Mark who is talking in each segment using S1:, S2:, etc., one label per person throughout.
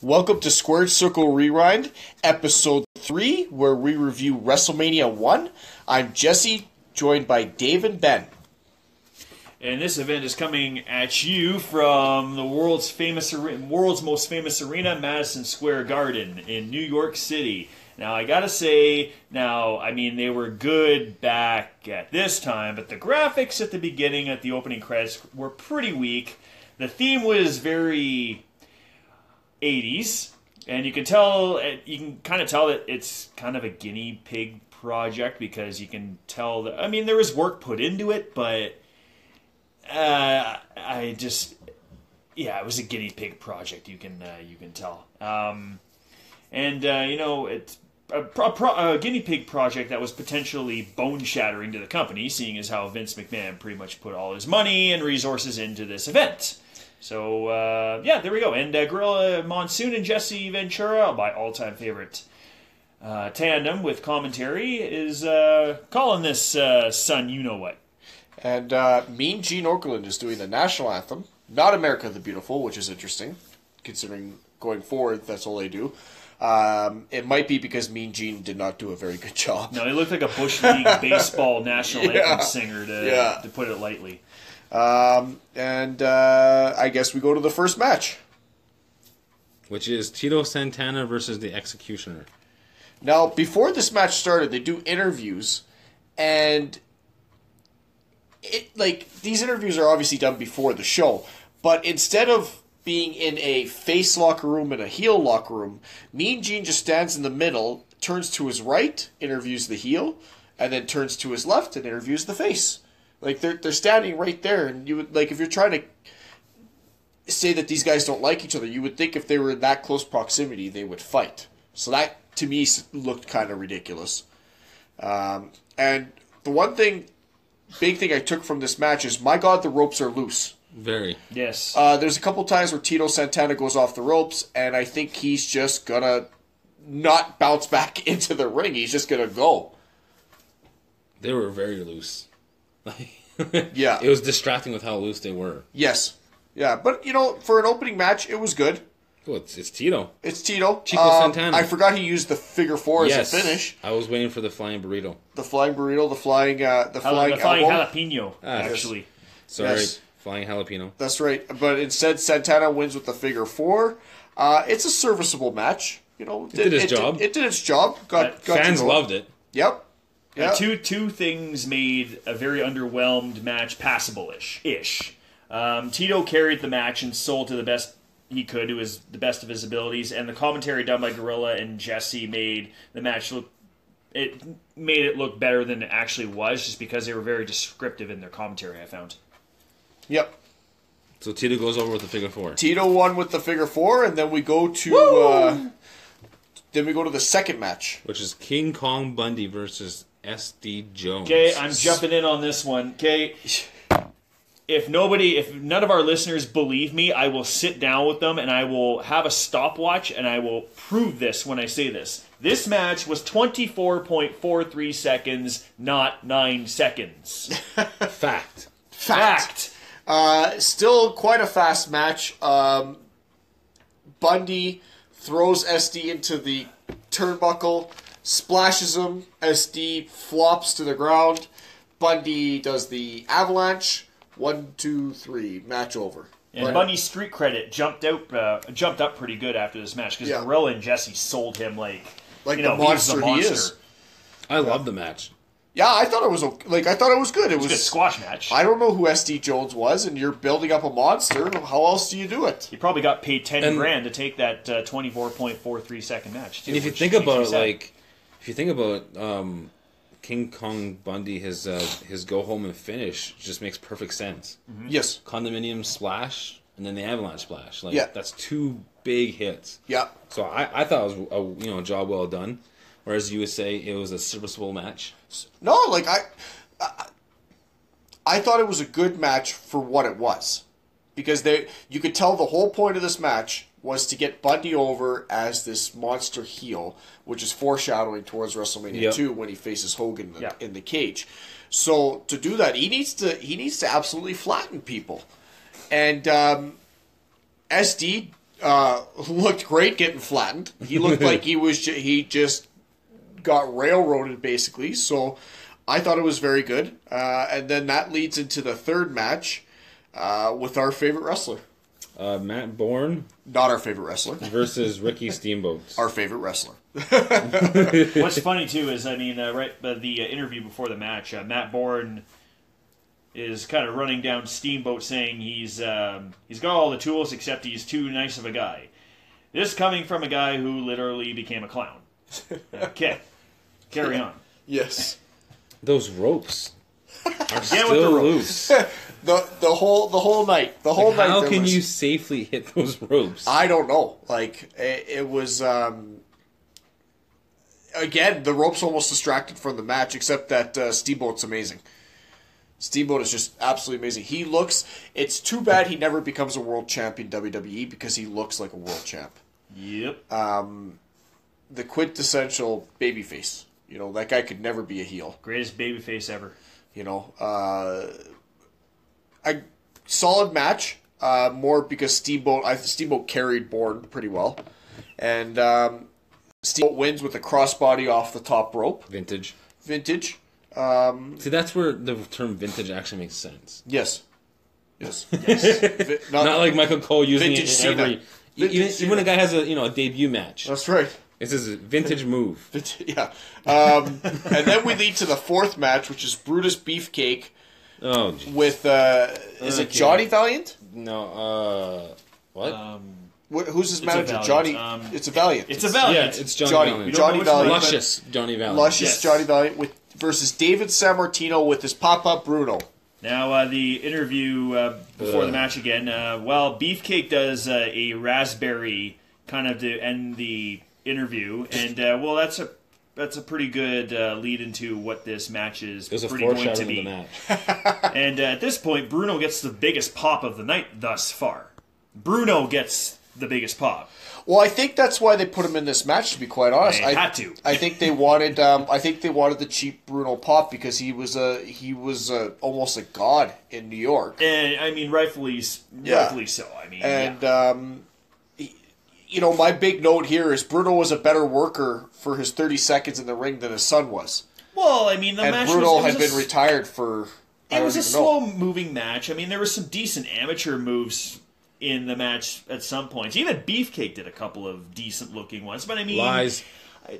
S1: Welcome to Squared Circle Rewind, episode 3, where we review WrestleMania 1. I'm Jesse, joined by Dave and Ben.
S2: And this event is coming at you from the world's famous, are- world's most famous arena, Madison Square Garden in New York City. Now I gotta say, now I mean they were good back at this time, but the graphics at the beginning, at the opening credits, were pretty weak. The theme was very 80s, and you can tell, you can kind of tell that it's kind of a guinea pig project because you can tell that I mean there was work put into it, but uh, I just, yeah, it was a guinea pig project. You can uh, you can tell. Um, and uh, you know, it's a, pro- pro- a guinea pig project that was potentially bone shattering to the company, seeing as how Vince McMahon pretty much put all his money and resources into this event. So uh, yeah, there we go. And uh, Gorilla Monsoon and Jesse Ventura, my all-time favorite uh, tandem with commentary, is uh, calling this uh, son. You know what?
S1: And uh, Mean Gene Okerlund is doing the national anthem, not America the Beautiful, which is interesting, considering going forward that's all they do. Um, it might be because Mean Gene did not do a very good job.
S2: No, he looked like a bush league baseball national anthem
S1: Yeah.
S2: singer, to,
S1: Yeah.
S2: to put it lightly.
S1: Um, and uh, I guess we go to the first match.
S3: which is Tito Santana versus the Executioner.
S1: Now, before this match started, they do interviews, and it like these interviews are obviously done before the show, but instead of being in a face locker room and a heel locker room, Mean Gene just stands in the middle, turns to his right, interviews the heel, and then turns to his left and interviews the face. Like they're they're standing right there, and you would like if you're trying to say that these guys don't like each other, you would think if they were in that close proximity, they would fight. So that to me s- looked kind of ridiculous. Um, and the one thing, big thing I took from this match is my God, the ropes are loose.
S3: Very.
S2: Yes.
S1: Uh, there's a couple times where Tito Santana goes off the ropes, and I think he's just gonna not bounce back into the ring. He's just gonna go.
S3: They were very loose. Like,
S1: Yeah.
S3: It was distracting with how loose they were.
S1: Yes. Yeah, but you know, for an opening match, it was good.
S3: Oh, it's, it's Tito.
S1: It's Tito. Um,
S3: Chico Santana.
S1: I forgot he used the figure four as a finish.
S3: I was waiting for the flying burrito.
S1: the flying burrito, the flying, uh, the
S2: I like
S1: flying
S2: the flying
S1: elbow.
S2: jalapeno,
S1: Ah,
S2: actually.
S3: Sorry,
S1: Yes.
S3: flying jalapeno.
S1: That's right. But instead, Santana wins with the figure four. Uh, it's a serviceable match. You know, it
S3: did its
S1: it
S3: job.
S1: It, did its job. Got, got
S3: Fans
S1: you going.
S3: loved it.
S1: Yep. Yeah.
S2: Two two things made a very underwhelmed match passable-ish. Ish. Um, Tito carried the match and sold to the best he could, to his the best of his abilities, and the commentary done by Gorilla and Jesse made the match look. It made it look better than it actually was, just because they were very descriptive in their commentary. I found.
S1: Yep.
S3: So Tito goes over with the figure four.
S1: Tito won with the figure four, and then we go to. Uh, then we go to the second match.
S3: which is King Kong Bundy versus SD Jones.
S2: Okay, I'm jumping in on this one. Okay. If nobody, if none of our listeners believe me, I will sit down with them and I will have a stopwatch and I will prove this when I say this. This match was 24.43 seconds, not 9 seconds.
S3: fact.
S2: Fact.
S1: Uh, still quite a fast match. Um, Bundy throws SD into the turnbuckle, splashes him. SD flops to the ground. Bundy does the avalanche. One, two, three. Match over.
S2: And Bunny's street credit jumped out, uh, jumped up pretty good after this match because
S1: Yeah.
S2: Gorilla and Jesse sold him like,
S1: Like
S2: you
S1: the
S2: know, he's
S1: monster he is.
S3: I love the match.
S1: Yeah, I thought it was okay. like I thought it was good. It
S2: Good
S1: was.
S2: squash match.
S1: I don't know who SD Jones was, and you're building up a monster. How else do you do it?
S2: He probably got paid ten
S3: And-
S2: grand to take that uh, twenty four point four three second match. Too,
S3: And if you
S2: which
S3: think
S2: makes me
S3: about it,
S2: sad.
S3: like if you think about um, King Kong Bundy, his uh, his go home and finish just makes perfect sense.
S2: Mm-hmm.
S1: Yes.
S3: Condominium Splash and then the Avalanche Splash. Like
S1: Yeah.
S3: that's two big hits.
S1: Yeah.
S3: So I, I thought it was a you know job well done. Whereas you would say it was a serviceable match.
S1: No, like I, I, I thought it was a good match for what it was, because they you could tell the whole point of this match was to get Bundy over as this monster heel, which is foreshadowing towards WrestleMania
S3: Yep.
S1: two when he faces Hogan in the,
S2: Yeah.
S1: in the cage. So to do that, he needs to he needs to absolutely flatten people, and um, SD uh, looked great getting flattened. He looked like he was ju- he just got railroaded basically. So I thought it was very good. Uh, and then that leads into the third match uh, with our favorite wrestler,
S3: Uh, Matt Bourne
S1: not our favorite wrestler,
S3: versus Ricky Steamboat.
S1: our favorite wrestler.
S2: What's funny too is, I mean, uh, right uh, the uh, interview before the match, uh, Matt Bourne is kind of running down Steamboat, saying he's um, he's got all the tools except he's too nice of a guy. This coming from a guy who literally became a clown. Okay, carry on.
S1: Yes.
S3: Those ropes are still
S2: with the ropes.
S3: loose.
S1: The the whole the whole night the whole night.
S3: How
S1: there
S3: can
S1: was-
S3: you safely hit those ropes?
S1: I don't know. Like it, it was. Um, again, the ropes almost distracted from the match, except that uh, Steamboat's amazing. Steamboat is just absolutely amazing. He looks. It's too bad he never becomes a world champion WWE E because he looks like a world champ,
S2: Yep.
S1: the quintessential babyface. You know that guy could never be a heel.
S2: Greatest babyface ever.
S1: You know, uh, a solid match. Uh, more because Steamboat, I, Steamboat carried Bourne pretty well, and um, Steamboat wins with a crossbody off the top rope.
S3: vintage.
S1: Vintage.
S3: See, that's where the term vintage actually makes sense.
S1: Yes. Yes. yes. Vi- not-
S3: Not like Michael Cole using
S1: Vintage
S3: it in
S1: Cena.
S3: every.
S1: Vintage
S3: Even, even when
S1: Cena.
S3: a guy has a you know a debut match,
S1: That's right.
S3: this is a vintage move.
S1: Vin- yeah. Um, and then we lead to the fourth match, which is Brutus Beefcake
S3: Oh gee.
S1: with uh, is it
S3: Okay.
S1: Johnny Valiant?
S3: no, uh, what?
S2: Um,
S1: Wh- Who's his manager?
S2: Valiant,
S1: Johnny.
S2: um,
S1: it's a Valiant.
S2: it's a
S3: yeah,
S2: valiant.
S3: it's Johnny,
S1: Johnny-
S3: Valiant.
S1: Johnny Valiant.
S3: Luscious Johnny Valiant.
S1: Luscious
S2: Yes.
S1: Johnny Valiant with versus David Sammartino with his pop up Bruno.
S2: Now, uh, the interview uh, before
S3: Ugh.
S2: the match again. Uh, well, Beefcake does uh, a raspberry kind of to end the interview, and uh, well, that's a that's a pretty good uh, lead into what this match is
S3: It was a
S2: pretty going to
S3: foreshadowing of the
S2: be. Mm-hmm.
S3: match.
S2: and uh, at this point, Bruno gets the biggest pop of the night thus far. Bruno gets the biggest pop.
S1: Well, I think that's why they put him in this match. To be quite honest,
S2: They
S1: I
S2: had to.
S1: I think they wanted. Um, I think they wanted the cheap Bruno Pop because he was a he was a, almost a god in New York,
S2: And I mean, rightfully, s-
S1: Yeah.
S2: rightfully so. I mean, yeah.
S1: and um, he- you know my big note here is Bruno was a better worker for his thirty seconds in the ring than his son was,
S2: well, I mean, the
S1: and
S2: match
S1: Bruno
S2: was, it was
S1: had
S2: a
S1: been
S2: s-
S1: retired for. I
S2: it
S1: don't
S2: was a
S1: even know.
S2: slow moving match. I mean, there were some decent amateur moves in the match at some points. Even Beefcake did a couple of decent looking ones. But I mean,
S3: Lies.
S2: I'm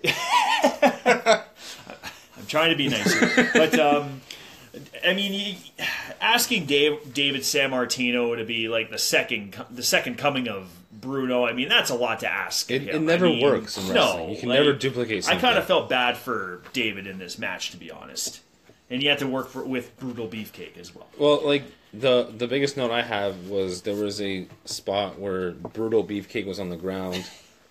S2: trying to be nice, here. but um, I mean, you- asking Dave, David Sammartino to be like the second co- the second coming of Bruno. I mean, that's a lot to ask.
S3: It-
S2: him.
S3: it
S2: I
S3: never
S2: mean,
S3: works in wrestling.
S2: No,
S3: You can never duplicate
S2: I kind
S3: something.
S2: of felt bad for David in this match, to be honest. And you had to work for, with brutal beefcake as well.
S3: Well, like the the biggest note I have was there was a spot where brutal beefcake was on the ground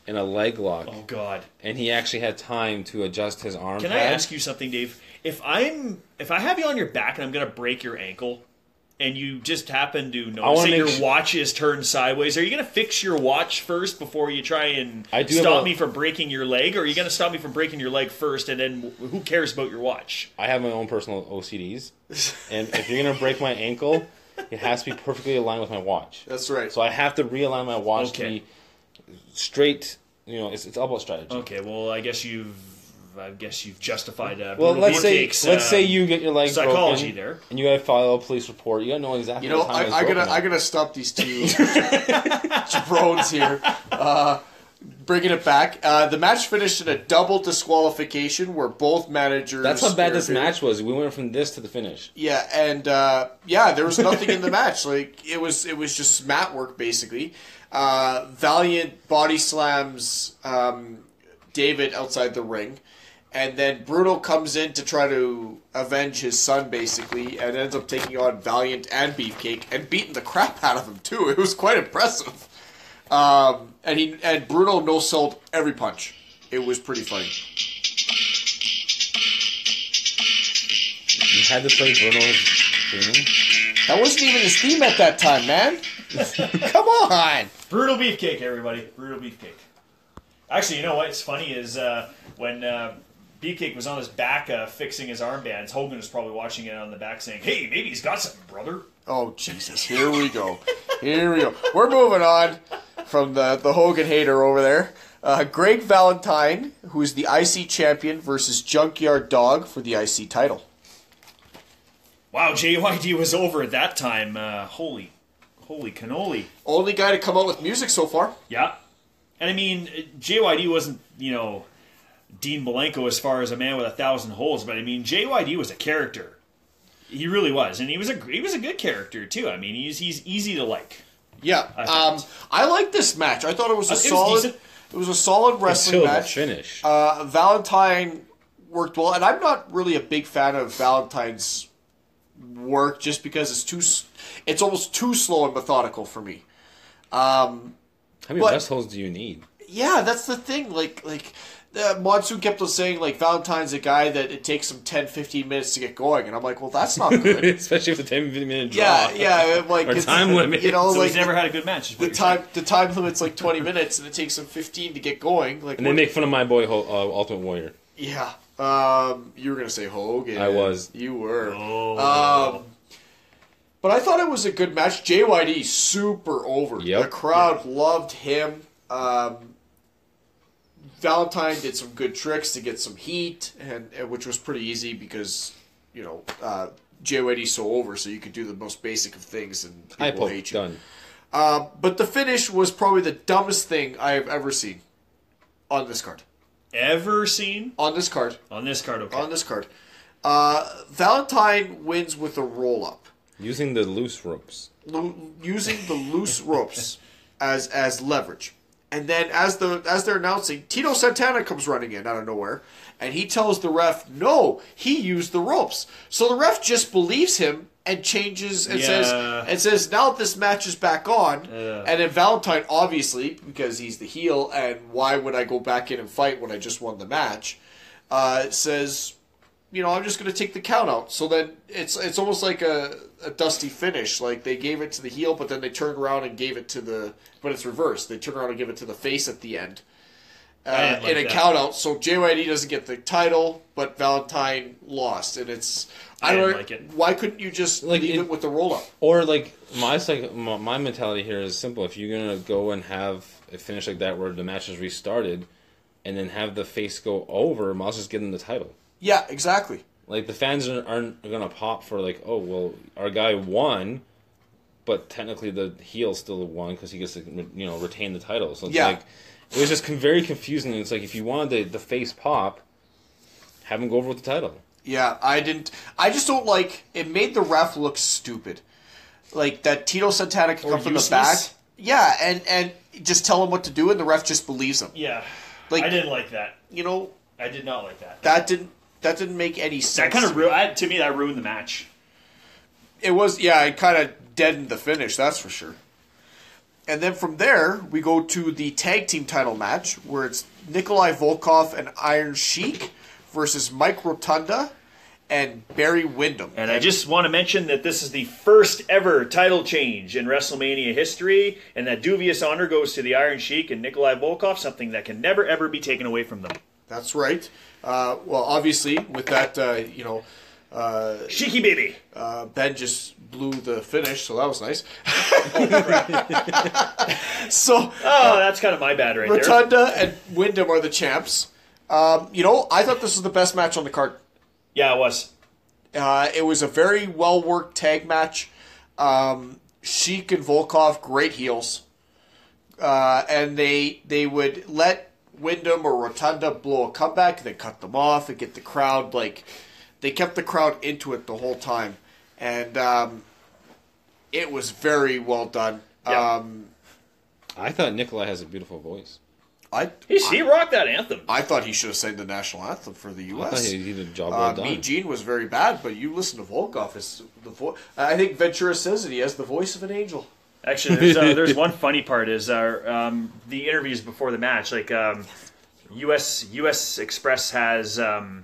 S3: in a leg lock,
S2: Oh God!
S3: and he actually had time to adjust his arm.
S2: Can I
S3: pad.
S2: ask you something, Dave? If I'm if I have you on your back and I'm gonna break your ankle, and you just happen to notice
S3: wanna
S2: that
S3: make
S2: your
S3: su-
S2: watch is turned sideways, are you gonna fix your watch first before you try and
S3: I do have
S2: stop
S3: a-
S2: me from breaking your leg, or are you gonna stop me from breaking your leg first, and then wh- who cares about your watch?
S3: I have my own personal OCDs, and if you're gonna break my ankle, it has to be perfectly aligned with my watch.
S1: That's right.
S3: So I have to realign my watch
S2: Okay.
S3: to be straight. You know, it's, it's all about strategy.
S2: Okay, well I guess you've I guess you've justified uh,
S3: Well,
S2: Brutal
S3: let's say
S2: Beefcake's,
S3: let's
S2: uh,
S3: say you get your leg
S2: psychology
S3: broken,
S2: there.
S3: and you gotta file a police report. You gotta know exactly.
S1: You know,
S3: what time it was
S1: I, I gotta,
S3: broken at.
S1: I gotta stop these two jabrones here. Uh, bringing it back, uh, the match finished in a double disqualification where both managers.
S3: That's how bad this
S1: interfered.
S3: match was. We went from this to the finish.
S1: Yeah, and uh, yeah, there was nothing in the match. Like it was, it was just mat work basically. Uh, Valiant body slams um, David outside the ring, and then Bruno comes in to try to avenge his son basically, and ends up taking on Valiant and Beefcake and beating the crap out of him too. It was quite impressive. Um, and he and Bruno no sold every punch. It was pretty funny.
S3: You had to play Bruno's theme.
S1: That wasn't even his theme at that time, man. Come on.
S2: Brutal beefcake, everybody. Brutal beefcake. Actually, you know what's funny is uh, when uh, Beefcake was on his back uh, fixing his armbands, Hogan was probably watching it on the back saying, hey, maybe he's got something, brother.
S1: Oh Jesus! Here we go. Here we go. We're moving on. from the, the Hogan hater over there. Uh, Greg Valentine, who is the IC champion, versus Junkyard Dog for the IC title.
S2: Wow, JYD was over at that time. Uh, holy, holy cannoli.
S1: Only guy to come out with music so far.
S2: Yeah. And I mean, JYD wasn't, you know, Dean Malenko as far as a man with a thousand holes, but I mean, JYD was a character. He really was, and he was a he was a good character too. I mean, he's he's easy to like.
S1: Yeah, um, I like this match. I thought it was a
S2: It was
S1: solid.
S2: decent.
S1: it was a solid wrestling
S3: Until the
S1: match.
S3: finish.
S1: Uh, Valentine worked well, and I'm not really a big fan of Valentine's work just because it's too. s- It's almost too slow and methodical for me.
S3: How many
S1: but-
S3: rest holes do you need?
S1: Yeah, that's the thing. Like, like uh, Monsoon kept on saying, like Valentine's a guy that it takes him 10, 15 minutes to get going, and I'm like, well, that's not good.
S3: Especially with a 10 minute draw.
S1: yeah, yeah, I'm like
S3: Or time limit.
S1: You know,
S2: So
S1: like
S2: he's never had a good match. Is what
S1: the
S2: you're
S1: time
S2: saying.
S1: the time limit's like 20 minutes, and it takes him 15 to get going. Like,
S3: And they
S1: what-
S3: make fun of my boy, Ho- uh, Ultimate Warrior.
S1: yeah, um, you were gonna say Hogan.
S3: I was.
S1: You were.
S2: Oh.
S1: Um, but I thought it was a good match. JYD super over.
S3: Yep.
S1: The crowd loved him. Um, Valentine did some good tricks to get some heat, and, and which was pretty easy because you know uh, JYD's so over, so you could do the most basic of things and people
S3: Hypo,
S1: hate you.
S3: done.
S1: Uh, but the finish was probably the dumbest thing I have ever seen on this card.
S2: Ever seen
S1: On this card.
S2: on this card? Okay.
S1: On this card. Uh, Valentine wins with a roll up.
S3: Using the loose ropes.
S1: lo- using the loose ropes as as leverage. And then as the as they're announcing, Tito Santana comes running in out of nowhere, and he tells the ref, "No, he used the ropes." So the ref just believes him and changes and
S2: Yeah.
S1: says and says, "Now that this match is back on."
S2: Yeah.
S1: And then Valentine, obviously, because he's the heel, and why would I go back in and fight when I just won the match? Uh, says, you know, I'm just going to take the count out. So then it's it's almost like a, a dusty finish. Like they gave it to the heel, but then they turned around and gave it to the. But it's reversed. They turn around and give it to the face at the end uh,
S2: didn't like
S1: in a
S2: that.
S1: count out. So JYD doesn't get the title, but Valentine lost, and it's I,
S2: I
S1: don't
S2: didn't like it.
S1: Why couldn't you just
S3: Like,
S1: leave it,
S3: it-
S1: with the roll up?
S3: Or like my psych- my my mentality here is simple. If you're gonna go and have a finish like that where the match is restarted, and then have the face go over, Miles just give them the title.
S1: Yeah, exactly.
S3: Like the fans aren't, aren't gonna pop for like, oh well, our guy won, but technically the heel still won because he gets to you know retain the title. So it's
S1: Yeah.
S3: like it was just con- very confusing. It's like if you wanted the, the face pop, have him go over with the title.
S1: Yeah, I didn't. I just don't like. It made the ref look stupid. Like that Tito Santana can
S2: Or
S1: come from the back.
S2: useless.
S1: Yeah, and and just tell him what to do, and the ref just believes him.
S2: yeah.
S1: Like-
S2: I didn't like that.
S1: You know
S2: I did not like that.
S1: that didn't that didn't make any
S2: That
S1: sense.
S2: kind of ru- I, to me that ruined the match.
S1: it was yeah, it kind of deadened the finish. That's for sure. And then from there we go to the tag team title match where it's Nikolai Volkov and Iron Sheik versus Mike Rotunda and Barry Windham.
S2: And I just want to mention that this is the first ever title change in WrestleMania history, and that dubious honor goes to the Iron Sheik and Nikolai Volkov, something that can never ever be taken away from them.
S1: That's right. Uh, well, obviously, with that, uh, you know,
S2: Sheiky baby.
S1: uh, Ben just blew the finish, so that was nice. so,
S2: Oh, that's kind of my bad right there.
S1: Rotunda and Wyndham are the champs. Um, you know, I thought this was the best match on the card.
S2: Yeah, it was.
S1: Uh, it was a very well worked tag match. Um, Sheik and Volkov, great heels, uh, and they they would let Wyndham or Rotunda blow a comeback, and then cut them off and get the crowd like they kept the crowd into it the whole time, and um, it was very well done.
S2: Yeah.
S1: Um,
S3: I thought Nikolai has a beautiful voice.
S1: I
S2: He, he rocked that anthem.
S1: I thought he should have sang the national anthem for the
S3: I thought
S1: U.S.
S3: he did a job well
S1: Uh,
S3: done.
S1: me Gene was very bad, but you listen to Volkov. It's the vo- I think Ventura says that he has the voice of an angel.
S2: Actually, there's, uh, there's one funny part is our um, the interviews before the match. Like um, U.S. U.S. Express has um,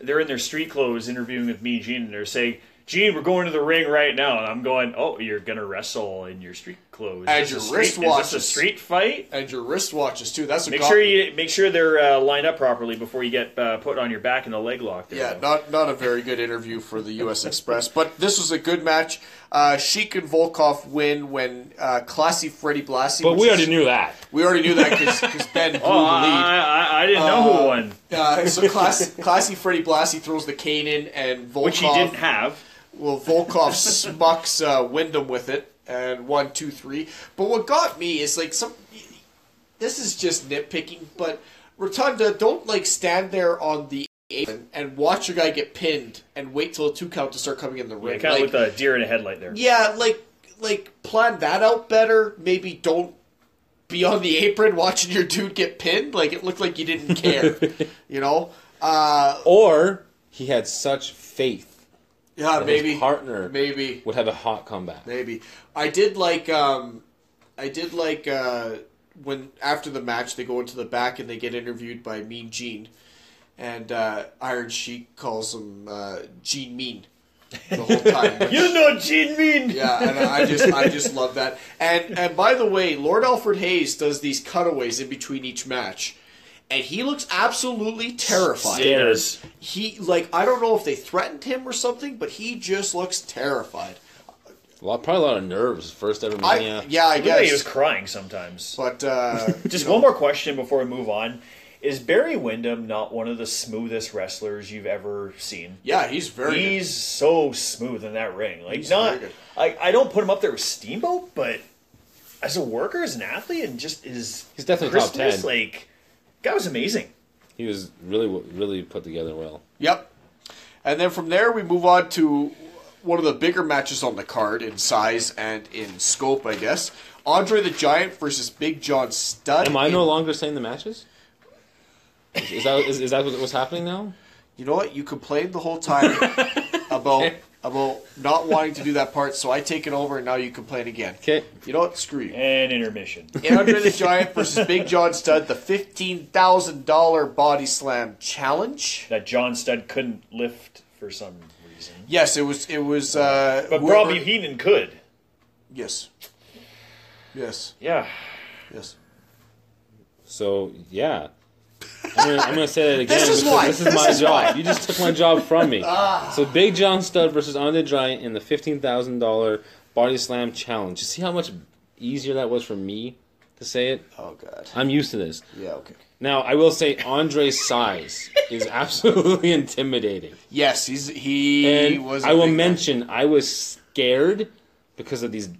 S2: they're in their street clothes interviewing with me and Gene, and they're saying, "Gene, we're going to the ring right now," and I'm going, "Oh, you're gonna wrestle in your street clothes.
S1: And
S2: Is this
S1: your
S2: a street- Is
S1: wristwatches.
S2: this a street fight?
S1: and your wristwatches too. That's a
S2: Make
S1: cop-
S2: sure you make sure they're uh, lined up properly before you get uh, put on your back in the leg lock. There,
S1: Yeah,
S2: though.
S1: not not a very good interview for the U.S. Express, but this was a good match. Uh, Sheik and Volkov win when uh, classy Freddie Blassie.
S3: But
S1: which
S3: we
S1: is-
S3: already knew that.
S1: we already knew that because Ben blew
S2: Oh,
S1: the lead.
S2: I, I, I didn't know
S1: Uh,
S2: who won,
S1: Uh, so class, classy Freddie Blassie throws the cane in, and Volkov
S2: which he didn't have.
S1: Well, Volkov smucks uh, Wyndham with it, and one, two, three. But what got me is like some. This is just nitpicking, but Rotunda, don't like stand there on the apron and watch your guy get pinned and wait till a two count to start coming in the ring.
S2: Kind of
S1: Like,
S2: with a deer in a headlight there.
S1: yeah, like like plan that out better. Maybe don't be on the apron watching your dude get pinned. Like it looked like you didn't care, you know. Uh,
S3: Or he had such faith
S1: yeah,
S3: that
S1: maybe
S3: his partner
S1: maybe
S3: would have a hot comeback.
S1: Maybe I did like um, I did like uh, when after the match they go into the back and they get interviewed by Mean Gene, and uh, Iron Sheik calls him uh, Gene Mean the whole time.
S2: You know, Jin Min.
S1: yeah, and I just I just love that. And and by the way, Lord Alfred Hayes does these cutaways in between each match. And he looks absolutely terrified.
S2: Stairs.
S1: He like I don't know if they threatened him or something, but he just looks terrified.
S3: A lot, probably a lot of nerves. First ever
S1: I,
S3: mania.
S1: yeah. I
S2: I think he
S1: guess.
S2: was crying sometimes.
S1: But uh,
S2: Just one more question before we move on. Is Barry Windham not one of the smoothest wrestlers you've ever seen?
S1: yeah, he's very. good.
S2: He's so smooth in that ring. Like
S1: He's
S2: not
S1: very good.
S2: I, I don't put him up there with Steamboat, but as a worker, as an athlete, and just his
S3: He's definitely top
S2: crispness,
S3: 10.
S2: Like guy was amazing.
S3: He was really, really put together well.
S1: Yep. And then from there we move on to one of the bigger matches on the card in size and in scope, I guess. Andre the Giant versus Big John Studd.
S3: Am I no longer saying the matches? Is, is that is, is that what- what's happening now?
S1: You know what? You complained the whole time about about not wanting to do that part, so I take it over, and now you complain again.
S3: Okay.
S1: You know what? Screw you.
S2: And intermission.
S1: Andre the Giant versus Big John Studd, the fifteen thousand dollar body slam challenge.
S2: that John Studd couldn't lift for some reason.
S1: Yes, it was. It was. Uh,
S2: But
S1: whoever-
S2: Robbie Heenan could.
S1: Yes. Yes.
S2: Yeah.
S1: Yes.
S3: So yeah, I'm gonna, I'm gonna say that again.
S1: This is
S3: because
S1: why.
S3: This is
S1: This
S3: my
S1: is
S3: job.
S1: why. Ah.
S3: You just took my job from me. so Big John Studd versus Andre the Giant in the fifteen thousand dollar body slam challenge. You see how much easier that was for me to say it.
S1: Oh God.
S3: I'm used to this.
S1: Yeah. Okay.
S3: Now I will say Andre's size is absolutely intimidating.
S1: Yes, he's he
S3: And
S1: was. a
S3: I will
S1: big guy.
S3: mention I was scared because of these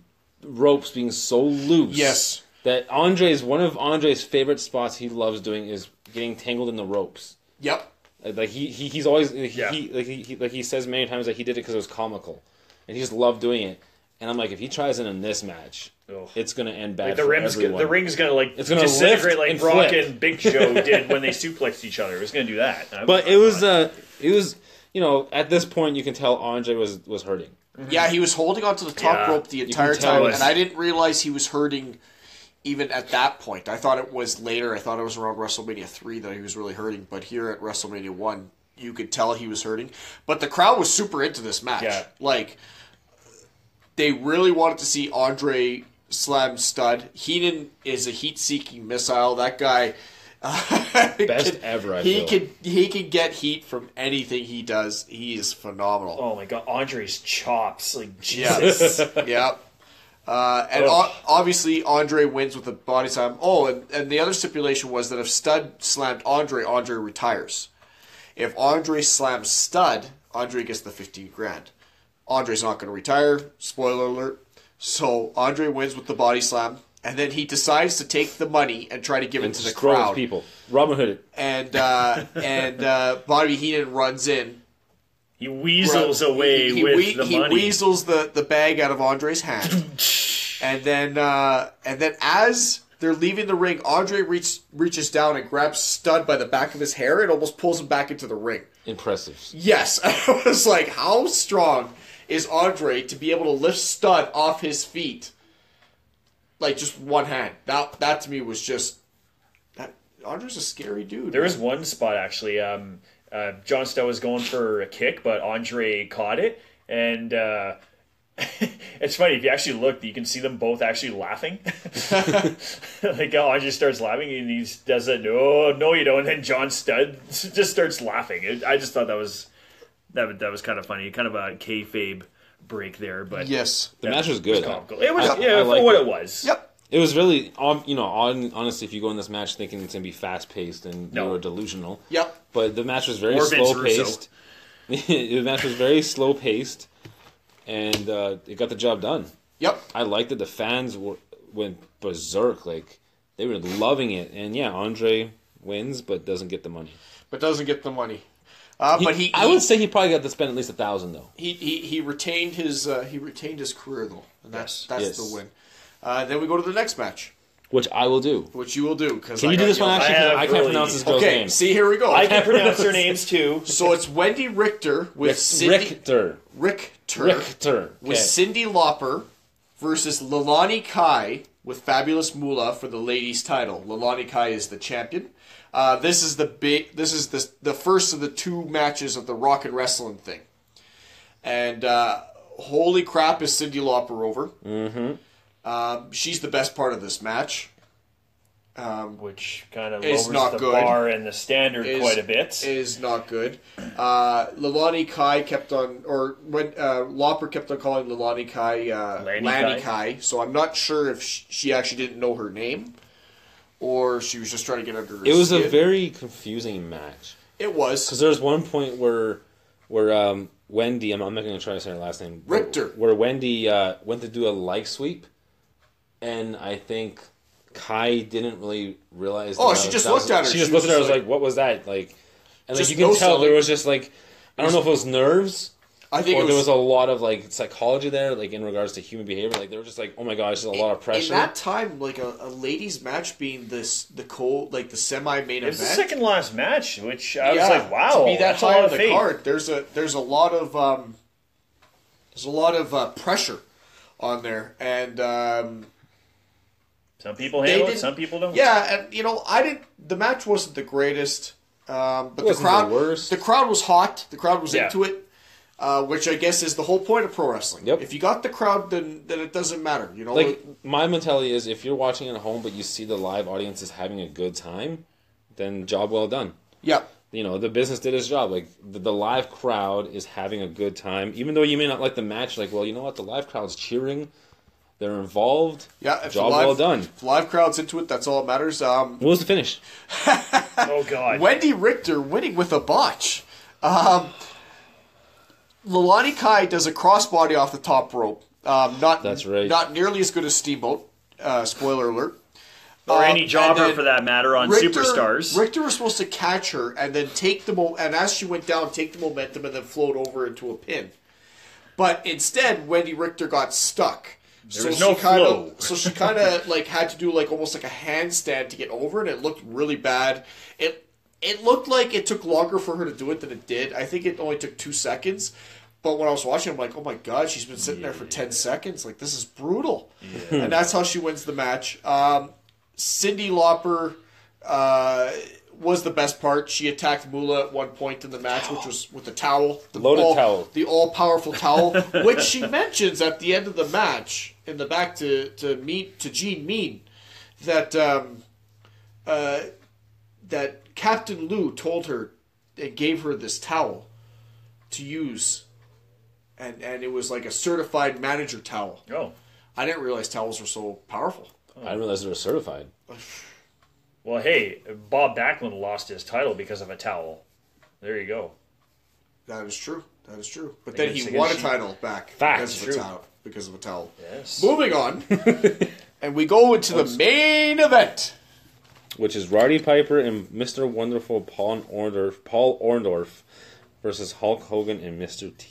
S3: ropes being so loose.
S1: Yes.
S3: That Andre's one of Andre's favorite spots he loves doing is getting tangled in the ropes. Uh,
S1: Yep.
S3: Like like, he, he he's always he,
S2: Yeah.
S3: he, like he, he like he says many times that he did it because it was comical, and he just loved doing it. And I'm like, if he tries it in this match,
S2: Ugh.
S3: it's gonna end bad.
S2: Like the
S3: for
S2: rim's gonna,
S3: everyone.
S2: the ring's gonna like
S3: It's gonna
S2: disintegrate
S3: lift
S2: like
S3: and
S2: Brock
S3: flip.
S2: and Big Show did when they suplexed each other. It was gonna do that. I
S3: But it was uh it was you know at this point you can tell Andre was was hurting.
S1: Yeah, he was holding onto the top
S2: Yeah.
S1: rope the
S3: can
S1: entire
S3: tell
S1: time,
S3: it's-
S1: and I didn't realize he was hurting. Even at that point, I thought it was later. I thought it was around WrestleMania three that he was really hurting. But here at WrestleMania one, you could tell he was hurting. But the crowd was super into this match.
S2: Yeah.
S1: Like they really wanted to see Andre slam stud. Heenan is a heat seeking missile. That guy
S3: Best ever, I
S1: he
S3: feel.
S1: can he can get heat from anything he does. He is phenomenal.
S2: oh my god, Andre's chops like Jesus.
S1: yep. Uh, and o- obviously, Andre wins with a body slam. Oh, and, and the other stipulation was that if Stud slammed Andre, Andre retires. If Andre slams Stud, Andre gets the 15 grand. Andre's not going to retire. Spoiler alert. So Andre wins with the body slam, and then he decides to take the money and try to give it to the
S3: Just throwing
S1: crowd
S3: people. Robin Hood.
S1: and uh, and uh, Bobby Heenan runs in.
S2: he weasels away
S1: he,
S2: with
S1: wee-
S2: the
S1: he
S2: money.
S1: weasels the, the bag out of Andre's hand, and then uh, and then as they're leaving the ring, Andre reach, reaches down and grabs Stud by the back of his hair and almost pulls him back into the ring.
S3: Impressive.
S1: Yes, I was like, how strong is Andre to be able to lift Stud off his feet, like just one hand? That that to me was just that Andre's a scary dude.
S2: There was one spot actually. Um, uh, John Stowe was going for a kick, but Andre caught it, and uh,
S4: it's funny if you actually look, you can see them both actually laughing. like oh, I just starts laughing, and he does it. No, no, you don't. And then John Stud just starts laughing. It, I just thought that was that was- that was kind of funny, kind of a kayfabe break there, but
S1: Yes.
S3: The match was good.
S4: comical. It was
S3: I-
S4: yeah
S3: I
S4: for
S3: like
S4: what
S3: that.
S4: it was.
S1: Yep.
S3: It was really, um, you know, on, honestly, if you go in this match thinking it's gonna be fast paced and
S4: No.
S3: you were delusional.
S1: Yep.
S3: But the match was very
S4: Or Vince
S3: slow paced. the match was very slow paced, and uh, it got the job done.
S1: Yep.
S3: I liked that the fans were went berserk, like they were loving it. And yeah, Andre wins, but doesn't get the money.
S1: But doesn't get the money. Uh, but he,
S3: I
S1: he-
S3: would say he probably got to spend at least a thousand though.
S1: he, he he retained his uh, he retained his career though, and that's that's
S3: Yes.
S1: the win. Uh, then we go to the next match,
S3: Which I will do.
S1: which you will do because
S3: Can you do this one
S4: I
S3: actually?
S4: have
S3: I, can't
S4: really-
S3: pronounce this girl's
S1: Okay,
S3: name.
S1: see here we go.
S4: I can pronounce their names too.
S1: so it's Wendy Richter with Cindy
S3: Richter.
S1: Richter,
S3: Richter.
S1: uh, with
S3: Okay.
S1: Cindy Lauper versus Lalani Kai with Fabulous Moolah for the ladies' title. Lalani Kai is the champion. Uh, this is the big. This is the the first of the two matches of the Rock and Wrestling thing, and uh, holy crap, is Cindy Lauper over? Mm-hmm. Um, she's the best part of this match.
S4: which kind of
S1: It's
S4: lowers
S1: not
S4: the
S1: good.
S4: bar and the standard
S1: is-
S4: quite a bit.
S1: Is not good. Uh, Lilani Kai kept on, or when uh, Lauper kept on calling Lilani Kai uh,
S4: Lani
S1: Lani
S4: Kai.
S1: Kai. So I'm not sure if she, she actually didn't know her name, or she was just trying to get under. Her
S3: it was a
S1: skin.
S3: very confusing match.
S1: It was.
S3: Because there was one point where where um, Wendy, I'm, I'm not going to try to say her last name. where-
S1: Richter.
S3: Where, Wendy uh, went to do a leg sweep, and I think Kai didn't really realize.
S1: Oh,
S3: that
S1: she
S3: was-
S1: just
S3: that was-
S1: looked at her.
S3: She just
S1: She was
S3: looked at her. I was
S1: just
S3: like, "What was that?" Like, and like
S1: Just
S3: you can
S1: no
S3: tell
S1: selling.
S3: there was just like I don't know if it was nerves
S1: I think
S3: or
S1: it
S3: there
S1: was,
S3: was a lot of like psychology there, like in regards to human behavior. Like they were just like, "Oh my gosh, there's a lot of pressure."
S1: in that time, like a, a ladies' match being this the cold, like the semi main
S4: It was
S1: event.
S4: the second last match, which I
S1: Yeah,
S4: was like, wow,
S1: to be that
S4: that's a
S1: high
S4: lot
S1: on
S4: of
S1: the
S4: faith.
S1: card. There's a there's a lot of um, there's a lot of uh, pressure on there, and um,
S4: Some people
S1: They
S4: handle it,
S1: didn't-
S4: some people don't.
S1: Yeah, and you know, I didn't. The match wasn't the greatest, um, but the
S3: wasn't the
S1: crowd, the,
S3: worst.
S1: crowd was hot. The crowd was
S4: Yeah.
S1: into it, uh, which I guess is the whole point of pro wrestling.
S3: Yep.
S1: If you got the crowd, then then it doesn't matter. You know,
S3: like my mentality is if you're watching at home but you see the live audience is having a good time then job well done
S1: yeah,
S3: you know the business did its job like the, the live crowd is having a good time even though you may not like the match like well you know what the live crowd's cheering they're involved
S1: yeah. If the
S3: job
S1: live,
S3: well done
S1: If the live crowd's into it, that's all that matters. Um,
S3: what was the finish
S4: Oh god.
S1: Wendy Richter winning with a botch. Um, Lilani Kai does a crossbody off the top rope. Um, not
S3: That's right.
S1: Not nearly as good as Steamboat. Uh, spoiler alert.
S4: or
S1: Um,
S4: any
S1: and
S4: jobber
S1: then-
S4: for that matter on
S1: Richter-
S4: Superstars.
S1: Richter was supposed to catch her and then take the mo- and as she went down, take the momentum and then float over into a pin. But instead, Wendy Richter got stuck. so
S4: was no
S1: she kinda,
S4: flow.
S1: So she kind of like had to do like almost like a handstand to get over, and it looked really bad. It it looked like it took longer for her to do it than it did. I think it only took two seconds. But when I was watching, I'm like, oh my god, she's been sitting there for ten seconds. Like this is brutal. and that's how she wins the match. Um, Cindy Lauper uh, was the best part. She attacked Mula at one point in the match, which was with the towel, the
S3: Loaded
S1: all-
S3: towel.
S1: the all powerful towel, which she mentions at the end of the match in the back to to meet to Gene Mean that um, uh, that Captain Lou told her and gave her this towel to use. And, and it was like a certified manager towel.
S4: Oh.
S1: I didn't realize towels were so powerful.
S3: i didn't realize they were certified
S4: Well, hey, Bob Backlund lost his title because of a towel. There you go.
S1: That is true. That is true. But then
S4: it's
S1: he
S4: against
S1: won a
S4: you.
S1: title back
S3: Fact.
S1: because of
S3: True.
S1: a towel. Because of a towel.
S4: Yes.
S1: Moving on, and we go into the main event.
S3: which is roddy piper and mr wonderful paul orndorff paul orndorff versus hulk hogan and mr t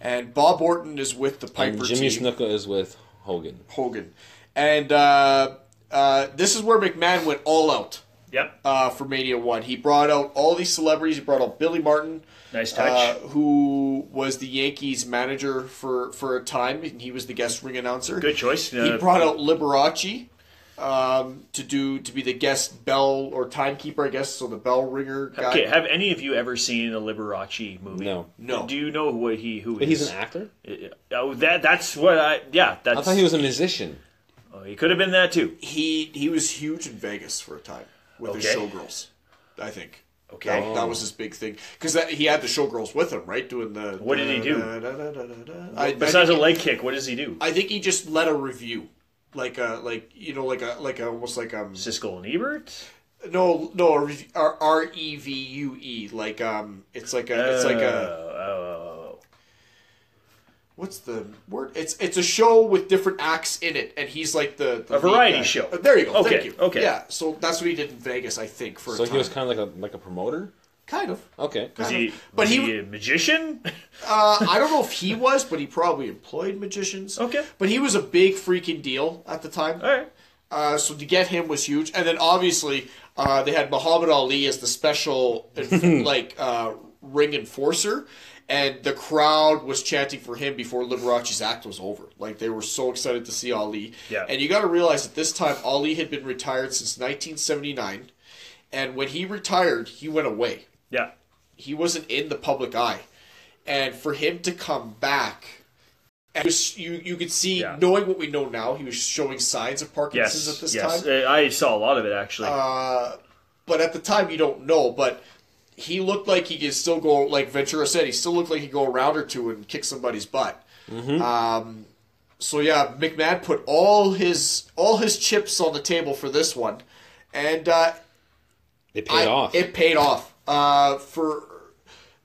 S1: And Bob Orton is with the Piper
S3: and jimmy
S1: team.
S3: snuka is with hogan
S1: Hogan, and uh, uh, this is where McMahon went all out
S4: Yep.
S1: uh, for Mania One. He brought out all these celebrities. He brought out Billy Martin.
S4: nice touch.
S1: Uh, who was the Yankees manager for, for a time, and he was the guest ring announcer.
S4: Good choice.
S1: He
S4: Uh,
S1: brought out Liberace. um, to do to be the guest bell or timekeeper, I guess. So the bell ringer guy.
S4: Okay, have any of you ever seen a Liberace movie?
S3: No.
S1: No.
S4: Do you know what he who
S3: But he's
S4: is?
S3: an actor.
S4: Oh, that that's what I yeah. That's
S3: I thought he was a musician.
S4: oh, he could have been that too.
S1: he he was huge in Vegas for a time with his
S4: Okay.
S1: showgirls. I think.
S4: Okay.
S1: That, that was his big thing because he had the showgirls with him, right? Doing the
S4: What did he do?
S1: da-da-da-da-da-da. I, I
S4: Besides a
S1: think-
S4: leg kick, what does he do?
S1: I think he just let a review, like a like you know like a like a, almost like um
S4: Siskel and Ebert.
S1: no no a rev- R R E V U E like um it's like a it's like
S4: Uh,
S1: a
S4: oh,
S1: what's the word it's it's a show with different acts in it and he's like the, the
S4: A variety
S1: lead guy.
S4: show.
S1: Uh, there you go
S4: Okay,
S1: thank you
S4: okay.
S1: yeah so that's what he did in Vegas I think for
S3: So
S1: a time.
S3: he was kind of like a like a promoter.
S1: kind of
S3: Okay.
S4: was he,
S1: But
S4: was
S1: he-
S4: he a magician?
S1: Uh, I don't know if he was, but he probably employed magicians.
S4: Okay. Oh,
S1: But he was a big freaking deal at the time.
S4: All right.
S1: Uh, so to get him was huge. And then obviously, uh, they had Muhammad Ali as the special, like, uh, ring enforcer. And the crowd was chanting for him before Liberace's act was over. Like, they were so excited to see Ali.
S4: Yeah.
S1: And you got to realize at this time, Ali had been retired since 1979. And when he retired, he went away
S4: Yeah.
S1: he wasn't in the public eye, and for him to come back, and it was- you you could see
S4: Yeah.
S1: knowing what we know now, he was showing signs of Parkinson's
S4: Yes.
S1: at this
S4: yes.
S1: time. Uh,
S4: Uh, I saw a lot of it actually.
S1: But at the time, you don't know. But he looked like he could still go, like Ventura said, he still looked like he could go a round or two and kick somebody's butt.
S3: Mm-hmm.
S1: Um, so yeah, McMahon put all his all his chips on the table for this one, and uh,
S3: They paid
S1: I-
S3: off.
S1: It paid off. Uh, for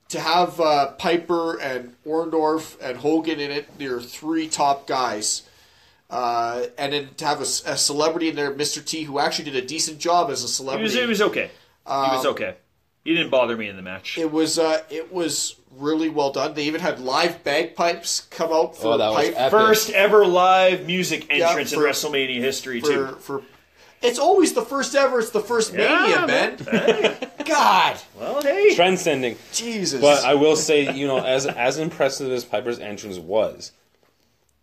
S1: to have uh, Piper and Orndorff and Hogan in it, they're three top guys. Uh, and then to have a, c- a celebrity in there, Mr. T, who actually did a decent job as a
S4: he
S1: celebrity.
S4: was. He was okay. he was okay. He didn't bother me in the match.
S1: Um, It was uh, it was really well done. They even had live bagpipes come out for
S3: oh, that was
S1: pipe
S3: epic.
S4: First ever live music entrance
S1: for-
S4: in WrestleMania history
S1: for,
S4: too.
S1: for. It's always the first ever. It's the first
S4: Yeah,
S1: mania, Ben. God,
S4: Well, hey.
S3: Transcending.
S1: Jesus.
S3: But I will say, you know, as as impressive as Piper's entrance was,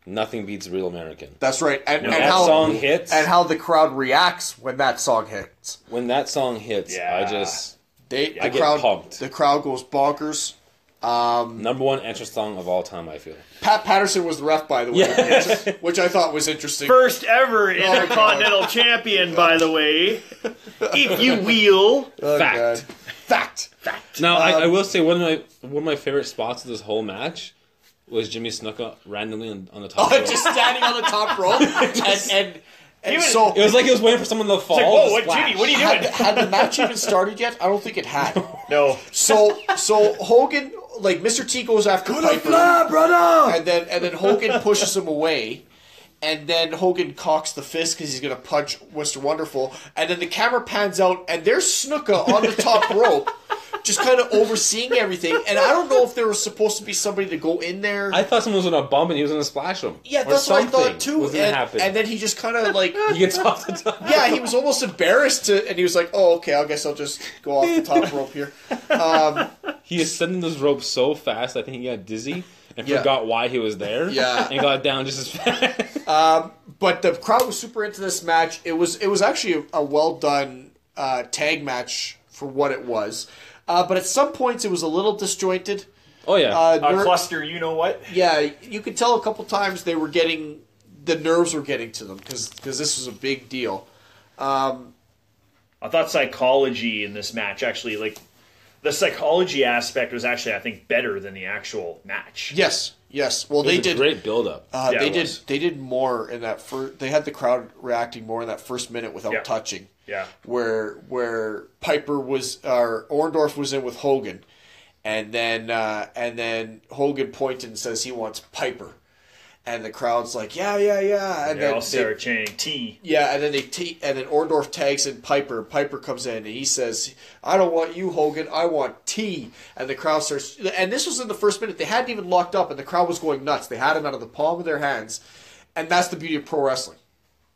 S3: nothing beats Real American.
S1: That's right. And, and
S3: that
S1: how
S3: song hits.
S1: and how the crowd reacts when that song hits.
S3: When that song hits, I
S4: Yeah.
S3: just
S1: They the
S3: I get
S1: crowd
S3: pumped.
S1: the crowd goes bonkers.
S3: number one entrance song of all time. I feel.
S1: Pat Patterson was the ref, by the way, which, which I thought was interesting.
S4: First ever
S1: Oh,
S4: Intercontinental Champion, by the way. If you will.
S1: Oh,
S3: Fact.
S1: God. fact.
S3: Now I, I
S1: Um,
S3: will say one of my one of my favorite spots of this whole match was Jimmy Snuka randomly on, on the top. rope.
S1: Oh, Just standing on the top rope, and and, and
S4: was-
S1: so
S3: It was like he was waiting for someone to fall.
S4: Like, whoa,
S3: to
S4: what,
S3: splash.
S4: Jimmy, what are you
S1: had,
S4: doing?
S1: had the match even started yet? I don't think it had.
S4: No.
S1: So so Hogan like Mr. T goes after Piper.
S3: brother?
S1: and then and then Hogan pushes him away, and then Hogan cocks the fist because he's gonna punch Mister Wonderful, and then the camera pans out, and there's Snuka on the top rope, just kind of overseeing everything. And I don't know if there was supposed to be somebody to go in there.
S3: I thought someone was gonna bump and he was gonna splash him.
S1: yeah,
S3: Or
S1: that's what I
S3: something
S1: thought too.
S3: Was gonna
S1: And,
S3: happen.
S1: and then he just kind of like,
S3: he gets off the top.
S1: yeah, he was almost embarrassed to, and he was like, "Oh, okay, I guess I'll just go off the top rope here."
S3: He ascended those ropes so fast. I think he got dizzy and
S1: Yeah.
S3: forgot why he was there.
S1: Yeah.
S3: and got down just as fast.
S1: but the crowd was super into this match. It was it was actually a, a well done uh, tag match for what it was. Uh, but at some points, it was a little disjointed.
S3: Oh yeah.
S1: Uh,
S4: A
S1: ner-
S4: cluster, you know what?
S1: yeah, you could tell a couple times they were getting the nerves were getting to them because this was a big deal.
S4: I thought psychology in this match actually, like, the psychology aspect was actually, I think, better than the actual match.
S1: Yes, yes. Well,
S3: It was
S1: they
S3: a
S1: did.
S3: great build up.
S1: uh,
S4: Yeah,
S1: they
S4: it
S1: did.
S4: was.
S1: They did more in that first. They had the crowd reacting more in that first minute without
S4: Yeah.
S1: touching.
S4: Yeah.
S1: where where Piper was or Orndorff was in with Hogan, and then uh, and then Hogan pointed and says he wants Piper, and the crowd's like yeah yeah yeah, and
S4: They all
S1: then they,
S4: started chanting T.
S1: yeah, and then they t- and then Orndorff tags in Piper. Piper comes in and he says, "I don't want you, Hogan. I want T." And the crowd starts. And this was in the first minute. They hadn't even locked up, and the crowd was going nuts. They had him out of the palm of their hands, and that's the beauty of pro wrestling.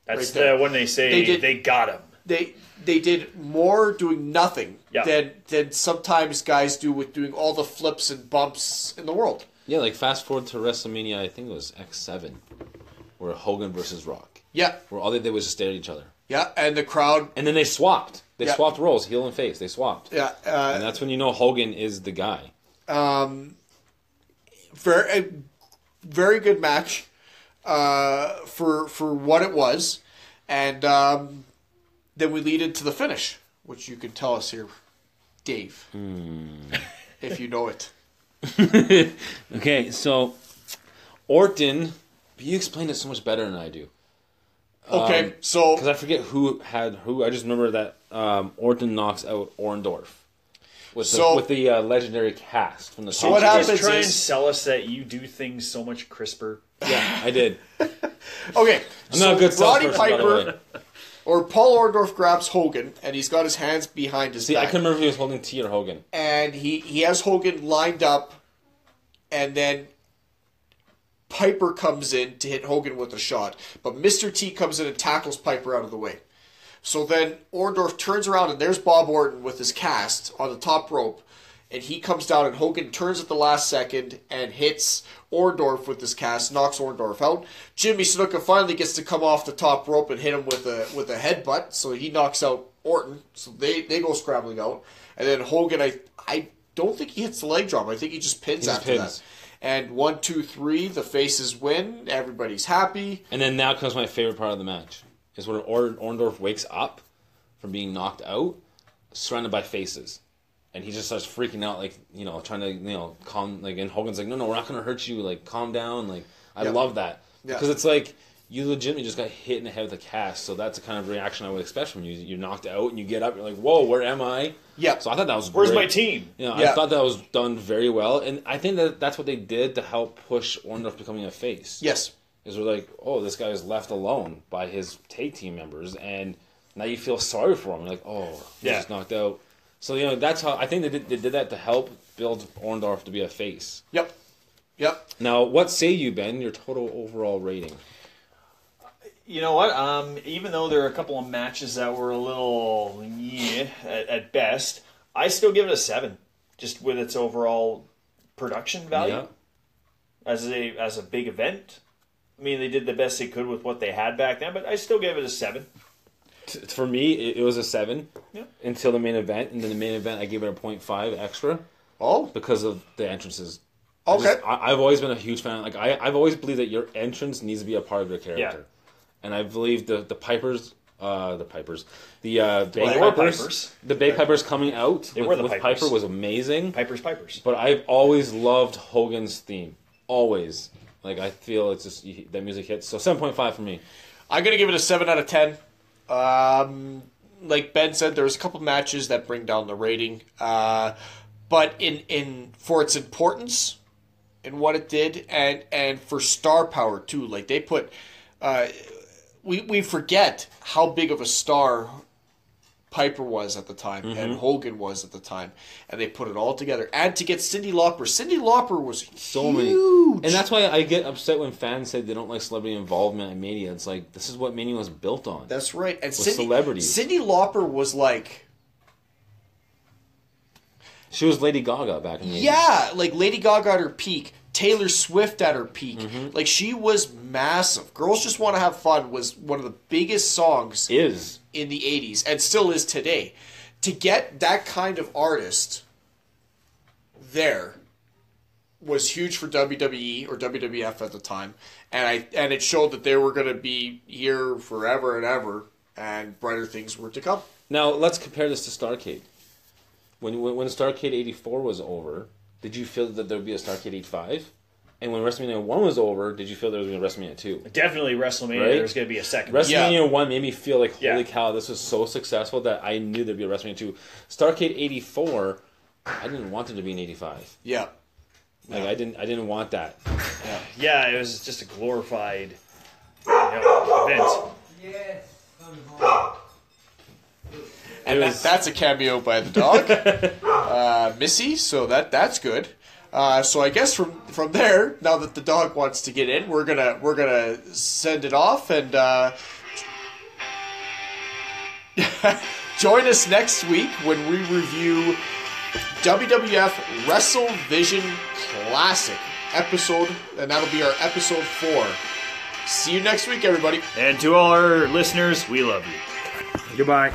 S4: That's
S1: Right there.
S4: the one they say
S1: They
S4: they,
S1: did-
S4: got him.
S1: they they did more doing nothing
S4: Yeah.
S1: than than sometimes guys do with doing all the flips and bumps in the world.
S3: Yeah, like fast forward to WrestleMania, I think it was X7, where Hogan versus Rock.
S1: Yeah,
S3: where all they did was just stare at each other.
S1: yeah, and the crowd.
S3: And then they swapped. They
S1: Yeah.
S3: swapped roles, heel and face. They swapped.
S1: Yeah, uh,
S3: And that's when you know Hogan is the guy.
S1: very a very good match uh, for for what it was, and um, then we lead into the finish, which you can tell us here, Dave,
S3: Hmm.
S1: if you know it.
S3: Okay, so Orton, but you explained it so much better than I do.
S1: Okay, so
S3: Because Um, I forget who had who. I just remember that um, Orton knocks out Orndorff with the,
S1: So-
S3: with the uh, legendary cast from the.
S1: So what
S3: top.
S1: happens
S4: Just try and
S1: is-
S4: sell us that you do things so much crisper.
S3: Yeah, I did.
S1: okay,
S3: I'm
S1: so
S3: not a good
S1: Roddy
S3: salesperson, by the
S1: Piper
S3: way.
S1: or Paul Orndorff grabs Hogan, and he's got his hands behind his
S3: See, I
S1: back.
S3: couldn't remember if he was holding T or Hogan.
S1: and he he has Hogan lined up, and then Piper comes in to hit Hogan with a shot, but Mr. T comes in and tackles Piper out of the way. So then Orndorff turns around and there's Bob Orton with his cast on the top rope, and he comes down and Hogan turns at the last second and hits Orndorff with his cast, knocks Orndorff out. Jimmy Snuka finally gets to come off the top rope and hit him with a with a headbutt, so he knocks out Orton. So they they go scrambling out, and then Hogan I I don't think he hits the leg drop. I think he just pins
S3: just
S1: after
S3: pins.
S1: that. And one, two, three, the faces win. Everybody's happy.
S3: And then now comes my favorite part of the match is when or- Orndorff wakes up from being knocked out, surrounded by faces, and he just starts freaking out, like you know, trying to you know calm. Like and Hogan's like, no, no, we're not gonna hurt you. Like calm down. Like I
S1: Yeah.
S3: love that
S1: Yeah.
S3: because it's like you legitimately just got hit in the head with a cast. So that's the kind of reaction I would expect from you. You're knocked out and you get up. You're like, whoa, where am I?
S1: Yeah.
S3: So I thought that was
S4: Where's my
S3: great.
S4: team?
S3: You know,
S1: Yeah.
S3: I thought that was done very well, and I think that that's what they did to help push Orndorff becoming a face
S1: Yes.
S3: is we're like, oh, this guy is left alone by his tag team members, and now you feel sorry for him. You're like, oh, he's
S4: Yeah.
S3: just knocked out. So you know that's how I think they did, they did that to help build Orndorff to be a face.
S1: Yep. Yep.
S3: Now, what say you, Ben? Your total overall rating?
S4: You know what? Um, even though there are a couple of matches that were a little yeah at, at best, I still give it a seven, just with its overall production value
S3: Yeah,
S4: as a as a big event. I mean, they did the best they could with what they had back then, but I still gave it a seven.
S3: T- for me, it, it was a seven
S4: Yeah.
S3: until the main event, and then the main event I gave it a 0.5 extra
S1: Oh.
S3: because of the entrances. I
S1: Okay.
S3: just- I, I've always been a huge fan. Like I, I've always believed that your entrance needs to be a part of your character, and I believe the the pipers, uh, the pipers, the uh, bay
S4: Well, they were
S3: pipers,
S4: Pipers.
S3: the bay pipers coming out with,
S4: were the
S3: with
S4: Pipers.
S3: Piper was amazing.
S4: Piper's Pipers.
S3: But I've always loved Hogan's theme. Always, like I feel it's just that music hits. So seven point five for me.
S1: I'm gonna give it a seven out of ten. Um, like Ben said, there's a couple matches that bring down the rating, uh, but in in for its importance and what it did, and and for star power too. Like they put, uh, we we forget how big of a star Piper was at the time
S3: Mm-hmm.
S1: and Hogan was at the time, and they put it all together. And to get Cindy Lauper, Cindy Lauper was
S3: So
S1: huge.
S3: many, and that's why I get upset when fans say they don't like celebrity involvement at media. It's like this is what Mania was built on.
S1: That's right. And Cindy,
S3: celebrities.
S1: Cindy Lauper was like,
S3: She was Lady Gaga back in the 80s.
S1: yeah, like Lady Gaga at her peak, Taylor Swift at her peak. Like she was massive. Girls Just Want to Have Fun was one of the biggest songs
S3: is
S1: in the 80s and still is today. To get that kind of artist there was huge for WWE or WWF at the time, and I and it showed that they were going to be here forever and ever, and brighter things were to come.
S3: Now let's compare this to Starcade. When when, when Starcade '84 was over, did you feel that there would be a Starcade '85? And when WrestleMania One was over, did you feel there was going to be a WrestleMania Two?
S4: Definitely WrestleMania.
S3: Right?
S4: There's going to be a second.
S3: WrestleMania One made me feel like, holy
S4: Yeah.
S3: cow, this was so successful that I knew there'd be a WrestleMania Two. Starcade '84, I didn't want there to be an '85.
S1: Yeah.
S3: Like I didn't, I didn't want that.
S4: yeah, it was just a glorified you know, event.
S3: It
S1: That-
S3: was,
S1: that's a cameo by the dog, uh, Missy. So that that's good. Uh, so I guess from from there, now that the dog wants to get in, we're gonna we're gonna send it off and uh, join us next week when we review WWF Wrestle Vision Classic episode, and that'll be our episode four. See you next week, everybody.
S2: And to all our listeners, we love you. Goodbye.